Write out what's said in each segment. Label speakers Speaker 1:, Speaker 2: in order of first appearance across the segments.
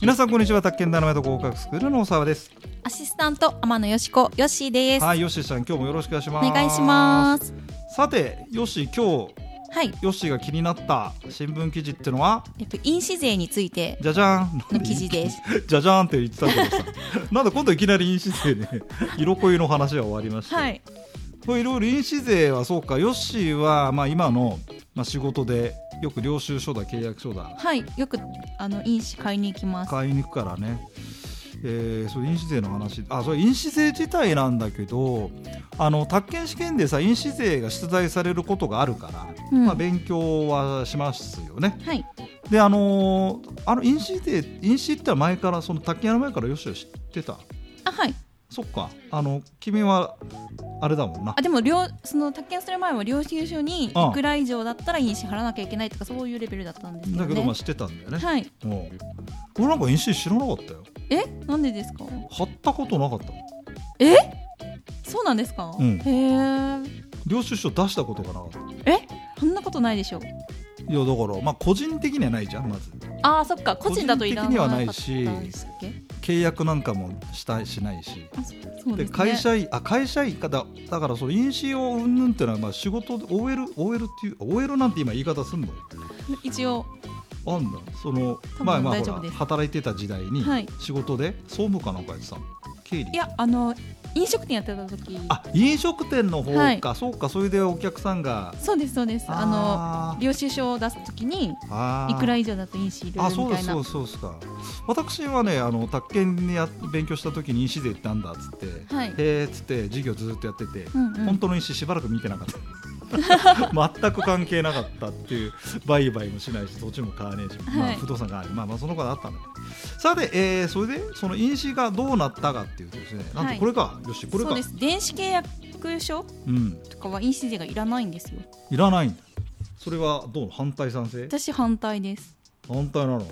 Speaker 1: 皆さんこんにちは宅建ダイナマイト合格スクールの大沢です
Speaker 2: アシスタント天野よしこよっしーです。
Speaker 1: はいよしちゃん今日もよろしくお願いします
Speaker 2: お願いします。
Speaker 1: さてよし今日
Speaker 2: はい。
Speaker 1: よしが気になった新聞記事ってのは
Speaker 2: えっと飲酒税について
Speaker 1: じゃじゃん
Speaker 2: の記事 です。
Speaker 1: じゃじゃんって言ってたけどさなんだ今度いきなり飲酒税ね色恋の話は終わりました、
Speaker 2: はい。
Speaker 1: これいろいろ飲酒税はそうかヨッシーはまあ今のまあ仕事でよく領収書だ契約書だ
Speaker 2: はい。よくあの飲酒買いに行きます。
Speaker 1: 買いに行くからね、えー、そう飲酒税の話あそれ飲酒税自体なんだけどあの宅建試験でさ飲酒税が出題されることがあるから、
Speaker 2: うん
Speaker 1: まあ、勉強はしますよね
Speaker 2: はい。
Speaker 1: であのーあの飲酒税飲酒って前からその宅建やる前からヨッシーは知ってた
Speaker 2: あはい。
Speaker 1: そっかあの君はあれだもんな
Speaker 2: あでも領その宅建する前は領収書にい
Speaker 1: ああ
Speaker 2: くら以上だったら飲酒払わなきゃいけないとかそういうレベルだったんですけど
Speaker 1: だ
Speaker 2: ね。
Speaker 1: けどまあ知ってたんだよね、
Speaker 2: はい。
Speaker 1: うん、俺なんか飲酒知らなかったよ
Speaker 2: えなんでですか。
Speaker 1: 貼ったことなかった
Speaker 2: そうなんですか。
Speaker 1: うん
Speaker 2: へえ。
Speaker 1: 領収書出したことがなかったい
Speaker 2: そんなことないでしょう。
Speaker 1: やだからまあ個人的にはないじゃんまず
Speaker 2: ああそっか個人だといらなかったんです
Speaker 1: 個人的にはないし
Speaker 2: っけ。
Speaker 1: 契約なんかもしたしないし
Speaker 2: あそうそう
Speaker 1: で
Speaker 2: ですね。
Speaker 1: 会社員あ会社員かだだからその飲酒をうんぬんっていうのはまあ仕事で OL, OL っていう OL なんて今言い方すんの
Speaker 2: 一応
Speaker 1: あんだその
Speaker 2: 多分
Speaker 1: まあまあ
Speaker 2: 大
Speaker 1: ほ
Speaker 2: 丈
Speaker 1: ら
Speaker 2: 夫です
Speaker 1: 働いてた時代に
Speaker 2: はい
Speaker 1: 仕事で総務かなんかやってたの経理
Speaker 2: いやあの飲食店やってた時。
Speaker 1: あ飲食店の方か、
Speaker 2: はい
Speaker 1: そうかそれでお客さんが
Speaker 2: そうですそうです。あ
Speaker 1: あ
Speaker 2: の。領収書を出すときに
Speaker 1: あ
Speaker 2: い
Speaker 1: ー
Speaker 2: くら以上だといいしいろ
Speaker 1: あ
Speaker 2: いろ
Speaker 1: そう
Speaker 2: み
Speaker 1: で
Speaker 2: た
Speaker 1: す
Speaker 2: い
Speaker 1: そう
Speaker 2: な
Speaker 1: ですそうですか私はねあの宅建にや勉強した時に印税ってなんだっつって、
Speaker 2: はい
Speaker 1: へえっつって授業ずっとやってて、
Speaker 2: うんうん
Speaker 1: 本当の印しばらく見てなかっ た全く関係なかったっていう売買もしないし土地も買わねえし、ま
Speaker 2: は
Speaker 1: あ、
Speaker 2: い
Speaker 1: 不動産がある、まあ、まあそのことあったのよさて、えーそれでその印紙がどうなったかっていうとですねなん
Speaker 2: は
Speaker 1: と
Speaker 2: い
Speaker 1: これか、よしこれ
Speaker 2: そう
Speaker 1: か
Speaker 2: です電子契約書
Speaker 1: うん
Speaker 2: とかは印税がいらないんですよ
Speaker 1: いらないんだそれはどう反対賛成
Speaker 2: 私反対です
Speaker 1: 反対なの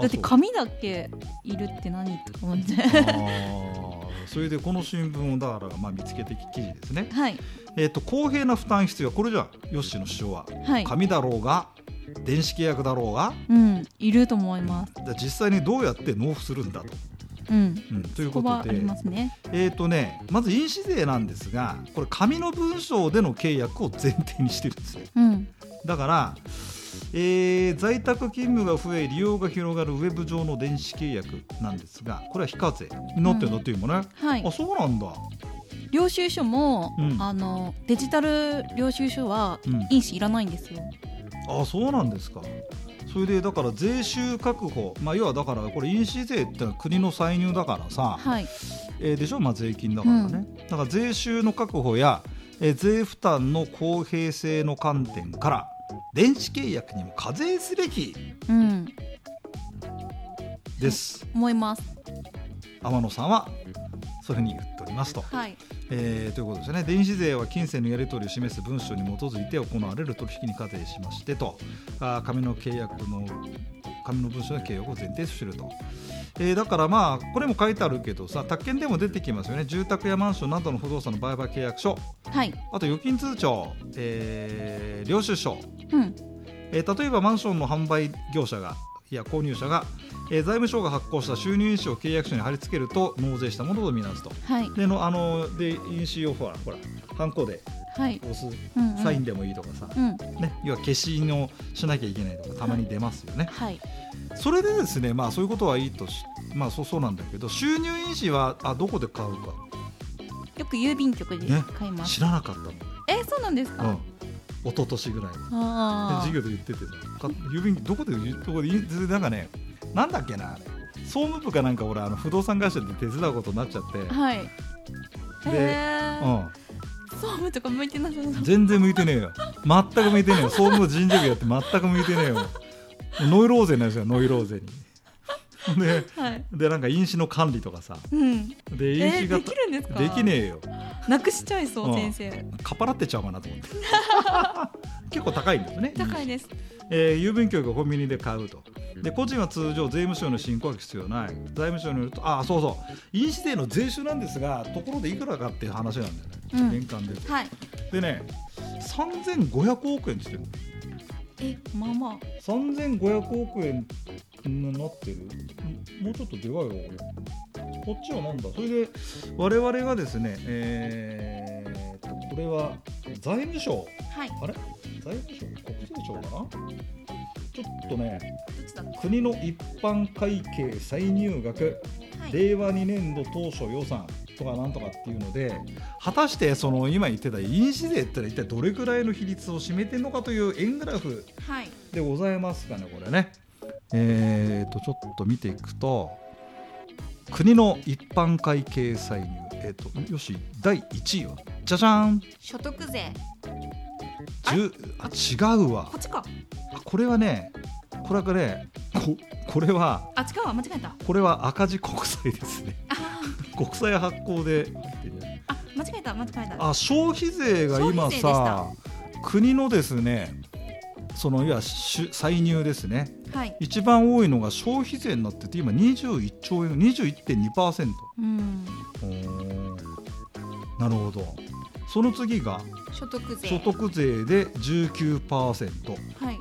Speaker 1: あ
Speaker 2: だって
Speaker 1: そう
Speaker 2: 紙だけいるって何とか思って
Speaker 1: あーそれでこの新聞をだからまあ見つけてき記事ですね、
Speaker 2: はい
Speaker 1: えー、と公平な負担必要これじゃあヨッシーの主張は、
Speaker 2: はい
Speaker 1: 紙だろうが電子契約だろうが
Speaker 2: うんいると思います
Speaker 1: じゃあ実際にどうやって納付するんだと。
Speaker 2: うん
Speaker 1: うん、という
Speaker 2: そ
Speaker 1: こ
Speaker 2: こは
Speaker 1: と
Speaker 2: あ
Speaker 1: で
Speaker 2: りますね
Speaker 1: えーとね、まず印紙税なんですがこれ紙の文章での契約を前提にしてるんですね
Speaker 2: うん
Speaker 1: だから、えー在宅勤務が増え利用が広がるウェブ上の電子契約なんですがこれは非課税になってるんだっていうもね、
Speaker 2: はい
Speaker 1: あそうなんだ
Speaker 2: 領収書も、
Speaker 1: うん
Speaker 2: あのデジタル領収書は
Speaker 1: うん
Speaker 2: 印紙いらないんですよ
Speaker 1: あそうなんですかそれでだから税収確保、まあ、要はだからこれ印紙税ってのは国の歳入だからさ、
Speaker 2: はい
Speaker 1: えーでしょ、まあ、税金だからね、だから税収の確保や、えー税負担の公平性の観点から電子契約にも課税すべき
Speaker 2: うん
Speaker 1: です
Speaker 2: 思います
Speaker 1: 天野さんはそういうふうに言っておりますと。
Speaker 2: はい
Speaker 1: えーということですよね電子税は金銭のやり取りを示す文書に基づいて行われる取引に課税しましてとあー紙の契約の紙の文書の契約を前提とすると、えーだからまあこれも書いてあるけどさ宅建でも出てきますよね住宅やマンションなどの不動産の売買契約書
Speaker 2: はい
Speaker 1: あと預金通帳、えー領収書、
Speaker 2: うん
Speaker 1: えー例えばマンションの販売業者がいや購入者が、えー財務省が発行した収入印紙を契約書に貼り付けると納税したものとみなすと。
Speaker 2: はい
Speaker 1: でのあので印紙をほらほらハンコで
Speaker 2: はい
Speaker 1: 押す
Speaker 2: うんうん
Speaker 1: サインでもいいとかさ、
Speaker 2: うん
Speaker 1: ね、要は消し印をしなきゃいけないとかたまに出ますよね、
Speaker 2: はい
Speaker 1: それでですねまあそういうことはいいとしまあそうそうなんだけど収入印紙はあどこで買うか
Speaker 2: よく郵便局で
Speaker 1: ね
Speaker 2: 買います。
Speaker 1: 知らなかったの、
Speaker 2: え、そうなんです
Speaker 1: うん
Speaker 2: か。、
Speaker 1: 一昨年ぐらいに
Speaker 2: あ
Speaker 1: 授業で言っててさか郵便どこでどこで印なんかねなんだっけなあれ総務部かなんか俺あの不動産会社で手伝うことになっちゃって、
Speaker 2: あ。はい。へえ。
Speaker 1: うん、
Speaker 2: 総務とか向いてなさそう。
Speaker 1: 全然向いてねえよ全く向いてねえ よ総務部人事部やって全く向いてねえよノイローゼになるじゃんノイローゼにで
Speaker 2: はい。
Speaker 1: でなんか飲酒の管理とかさ
Speaker 2: うん。
Speaker 1: で
Speaker 2: え
Speaker 1: 飲酒
Speaker 2: ー、
Speaker 1: が、
Speaker 2: できるんですか。
Speaker 1: できねえよ
Speaker 2: なくしちゃいそうう、
Speaker 1: ん
Speaker 2: 先生。
Speaker 1: かっぱらってちゃうかなと 思って結構高いんですね
Speaker 2: 高いです。
Speaker 1: えー郵便局がコンビニで買うとで個人は通常税務署の申告は必要ない財務省によるとあそうそう飲酒税の税収なんですがところでいくらかっていう話なんだよね、
Speaker 2: うん
Speaker 1: 年間で
Speaker 2: はい。
Speaker 1: でね3500億円って言ってるの
Speaker 2: えまあまあ
Speaker 3: 3500億円になってるんもうちょっとでかいわこれこっちはなんだそれで
Speaker 1: 我々がですね、
Speaker 3: えーっとこれは財務省
Speaker 2: はい
Speaker 3: あれ財務省国税庁かなちょっとね
Speaker 2: どっちだは
Speaker 3: 国の一般会計歳入額
Speaker 2: い
Speaker 3: 令和2年度当初予算とかなんとかっていうので
Speaker 1: 果たしてその今言ってた印紙税ってのは一体どれくらいの比率を占めてるのかという円グラフ
Speaker 2: はい
Speaker 1: でございますかねこれねえー、とちょっと見ていくと国の一般会計歳入えっ、とよし第1位はじゃじゃん
Speaker 2: 所得税
Speaker 1: 10あ違うわ
Speaker 2: こっちか
Speaker 1: あこれはねこれはねここれは
Speaker 2: あ違うわ間違えた
Speaker 1: これは赤字国債ですね
Speaker 2: あ
Speaker 1: 国債発行で
Speaker 2: あ間違えた間違えた
Speaker 1: あ消費税が今さ
Speaker 2: 消
Speaker 1: 国のですねそのいや収歳入ですね
Speaker 2: はい
Speaker 1: 一番多いのが消費税になってて今21兆円21.2%
Speaker 2: うん
Speaker 1: おーなるほどその次が
Speaker 2: 所得税
Speaker 1: 所得税で19%
Speaker 2: はい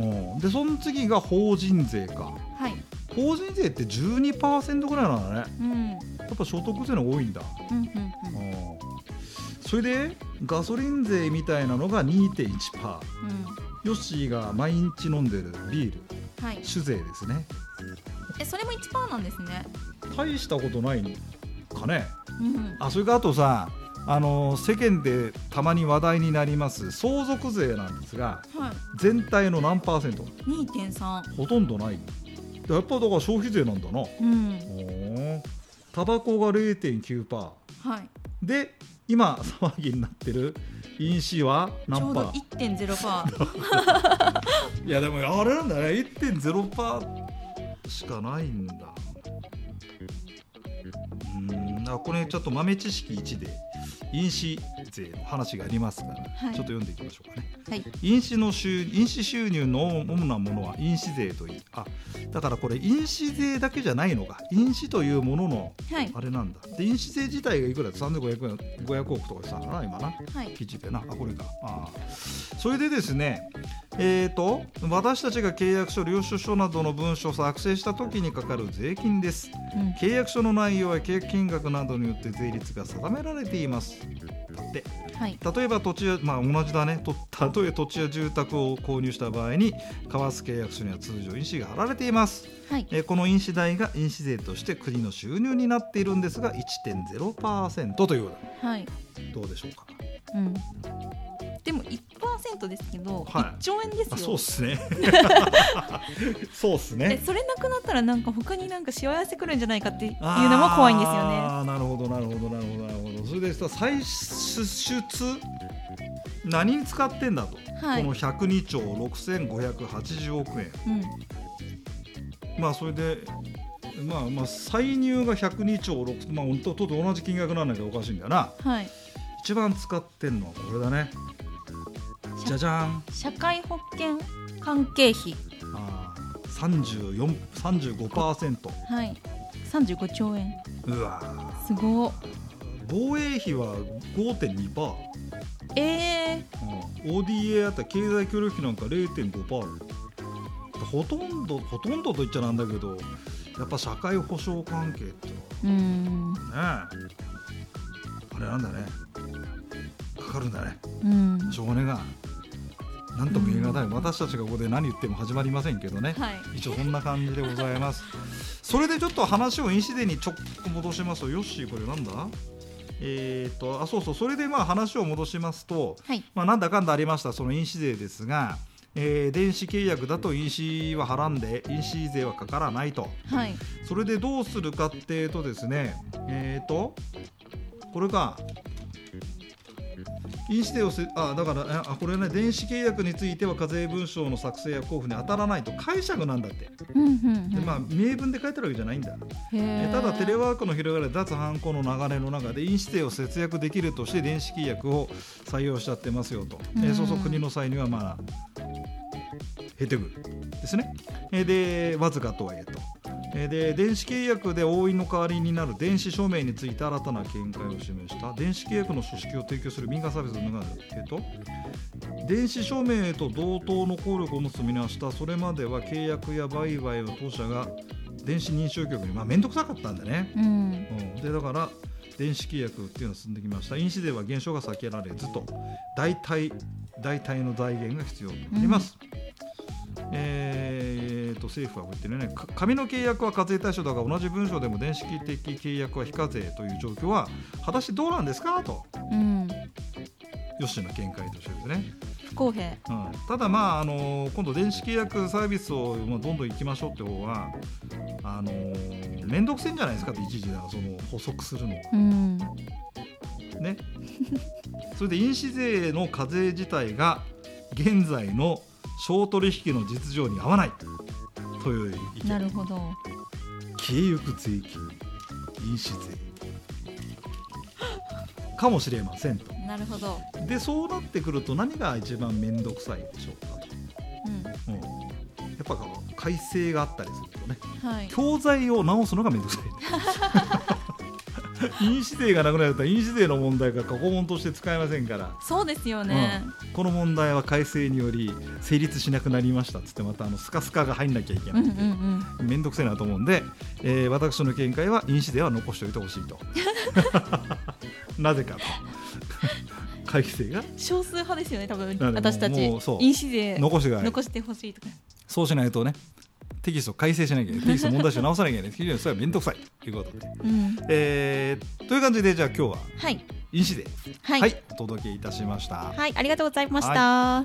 Speaker 1: うんでその次が法人税か
Speaker 2: はい
Speaker 1: 法人税って12%ぐらいなんだね
Speaker 2: うんうん
Speaker 1: やっぱ所得税の方が多いんだ
Speaker 2: うん
Speaker 1: それでガソリン税みたいなのが2.1%
Speaker 2: うんうん
Speaker 1: ヨッシーが毎日飲んでるビール
Speaker 2: はい
Speaker 1: 酒税ですね
Speaker 2: えそれも1パーなんですね
Speaker 1: 大したことないかね
Speaker 2: うん
Speaker 1: あそれからあとさあの世間でたまに話題になります相続税なんですが
Speaker 2: はい
Speaker 1: 全体の何パーセント
Speaker 2: 2.3
Speaker 1: ほとんどないやっぱだから消費税なんだなお
Speaker 2: うん
Speaker 1: ータバコが0.9%
Speaker 2: はい
Speaker 1: で今騒ぎになってる飲酒は
Speaker 2: ちょ
Speaker 1: 何
Speaker 2: う
Speaker 1: パ
Speaker 2: ど
Speaker 1: ー
Speaker 2: 1.0パー
Speaker 1: いやでもあれなんだね1.0%しかないんだうーんあこれちょっと豆知識1で飲酒税の話がありますから、
Speaker 2: い
Speaker 1: ちょっと読んでいきましょうかね
Speaker 2: はい
Speaker 1: 飲酒の収飲酒収入の主なものは飲酒税というあだからこれ飲酒税だけじゃないのか飲酒というものの
Speaker 2: はい
Speaker 1: あれなんだで飲酒税自体がいくらだ3500円500億とかしたのかな今な
Speaker 2: はい
Speaker 1: 記事でなあこれかああそれでですねえー、と私たちが契約書領収書などの文書を作成した時にかかる税金です
Speaker 2: うん
Speaker 1: 契約書の内容や契約金額などによって税率が定められていますだって
Speaker 2: はい
Speaker 1: 例えば土地や、まあ、同じだねとたとえ土地や住宅を購入した場合に交わす契約書には通常印紙が貼られています、
Speaker 2: はい
Speaker 1: えーこの印紙代が印紙税として国の収入になっているんですが1.0%ということ
Speaker 2: はい
Speaker 1: でどうでしょうか
Speaker 2: うんでも1%ですけど
Speaker 1: はい
Speaker 2: 1兆円ですよ
Speaker 1: あそうっすねそうっす
Speaker 2: え
Speaker 1: ね
Speaker 2: それなくなったらなんか他になんか幸せくるんじゃないかっていうのも怖いんですよね
Speaker 1: あーなるほどなるほどなるほどなるほどそれでさ歳出何に使ってんだと、
Speaker 2: はい
Speaker 1: この102兆6580億円
Speaker 2: うん
Speaker 1: まあそれでまあまあ歳入が102兆6まあほんととと同じ金額なんだけどおかしいんだよな
Speaker 2: はい
Speaker 1: 一番使ってんのはこれだねじゃじゃん
Speaker 2: 社会保険関係費
Speaker 1: あー34 35%
Speaker 2: はい35兆円
Speaker 1: うわー
Speaker 2: すごっ
Speaker 1: 防衛費は5.2%、
Speaker 2: えー、
Speaker 1: ODA あったり経済協力費なんか0.5%あるほとんどほとんどと言っちゃなんだけどやっぱ社会保障関係って
Speaker 2: うーん
Speaker 1: のはねあれなんだねかかるんだね
Speaker 2: うん
Speaker 1: しょうがねえがなんとも言え難い私たちがここで何言っても始まりませんけどね
Speaker 2: はい
Speaker 1: 一応こんな感じでございますそれでちょっと話をインシデにちょっと戻しますとヨッシーこれなんだえー、とあそうそうそれでまあ話を戻しますと、
Speaker 2: はい
Speaker 1: まあ、なんだかんだありましたその印紙税ですが、えー電子契約だと印紙ははらんで印紙税はかからないと
Speaker 2: はい
Speaker 1: それでどうするかっていうとですねえー、とこれか印紙税をせあだからあこれね電子契約については課税文書の作成や交付に当たらないと解釈なんだって
Speaker 2: うんうん
Speaker 1: で
Speaker 2: うん
Speaker 1: まあ明文で書いてあるわけじゃないんだ、
Speaker 2: へ
Speaker 1: え
Speaker 2: ー
Speaker 1: ただテレワークの広がりや脱犯行の流れの中で印紙税を節約できるとして電子契約を採用しちゃってますよと、えー
Speaker 2: うん
Speaker 1: そうそう国の際にはまあ減ってくるですね、えーでわずかとはいえと、えーで電子契約で押印の代わりになる電子署名について新たな見解を示した電子契約の書式を提供する民間サービスの中で、えーと電子署名と同等の効力を持つとみなしたそれまでは契約や売買の当社が電子認証局にまあ面倒、くさかったんでね、
Speaker 2: うん
Speaker 1: うん、でだから電子契約っていうのが進んできました印紙では減少が避けられずと代替代替の財源が必要となります、えーと政府はこう言ってるねか紙の契約は課税対象だが同じ文書でも電子的契約は非課税という状況は果たしてどうなんですかと
Speaker 2: うん、
Speaker 1: 吉野の見解としてですね、
Speaker 2: 不公
Speaker 1: う
Speaker 2: 平
Speaker 1: ん、ただまあ、あの今度電子契約サービスをまあどんどん行きましょうって方はあの面倒くせえんじゃないですかって一時だからその補足するのは
Speaker 2: うん
Speaker 1: ね それで印紙税の課税自体が現在の商取引の実情に合わないという意見
Speaker 2: なるほど
Speaker 1: 消えゆく税金印紙税かもしれませんと
Speaker 2: なるほど、
Speaker 1: でそうなってくると何が一番面倒くさいでしょうかと、
Speaker 2: うん、
Speaker 1: うん、やっぱこう改正があったりするとね
Speaker 2: はい
Speaker 1: 教材を直すのが面倒 くさい印紙税がなくなると印紙税の問題が過去問として使えませんから
Speaker 2: そうですよね、
Speaker 1: うん、この問題は改正により成立しなくなりましたっつってまたあのスカスカが入んなきゃいけ
Speaker 2: う
Speaker 1: なんい、
Speaker 2: うんうん
Speaker 1: めんどくせえなと思うんで、えー私の見解は印紙税は残しておいてほし いとなぜかと改正が
Speaker 2: 少数派ですよね多分
Speaker 1: だね
Speaker 2: 私たち
Speaker 1: もうそう
Speaker 2: 飲酒税
Speaker 1: 残してから
Speaker 2: 残してほしいとか
Speaker 1: そうしないとねテキストを改正しなきゃいけないテキスト問題集を直さなきゃいけない非常にそれは面倒くさいということで、
Speaker 2: うん
Speaker 1: えーという感じでじゃあ今日は
Speaker 2: はい
Speaker 1: 印紙税
Speaker 2: はい、
Speaker 1: はい、お届けいたしました。
Speaker 2: はい、ありがとうございました、
Speaker 1: は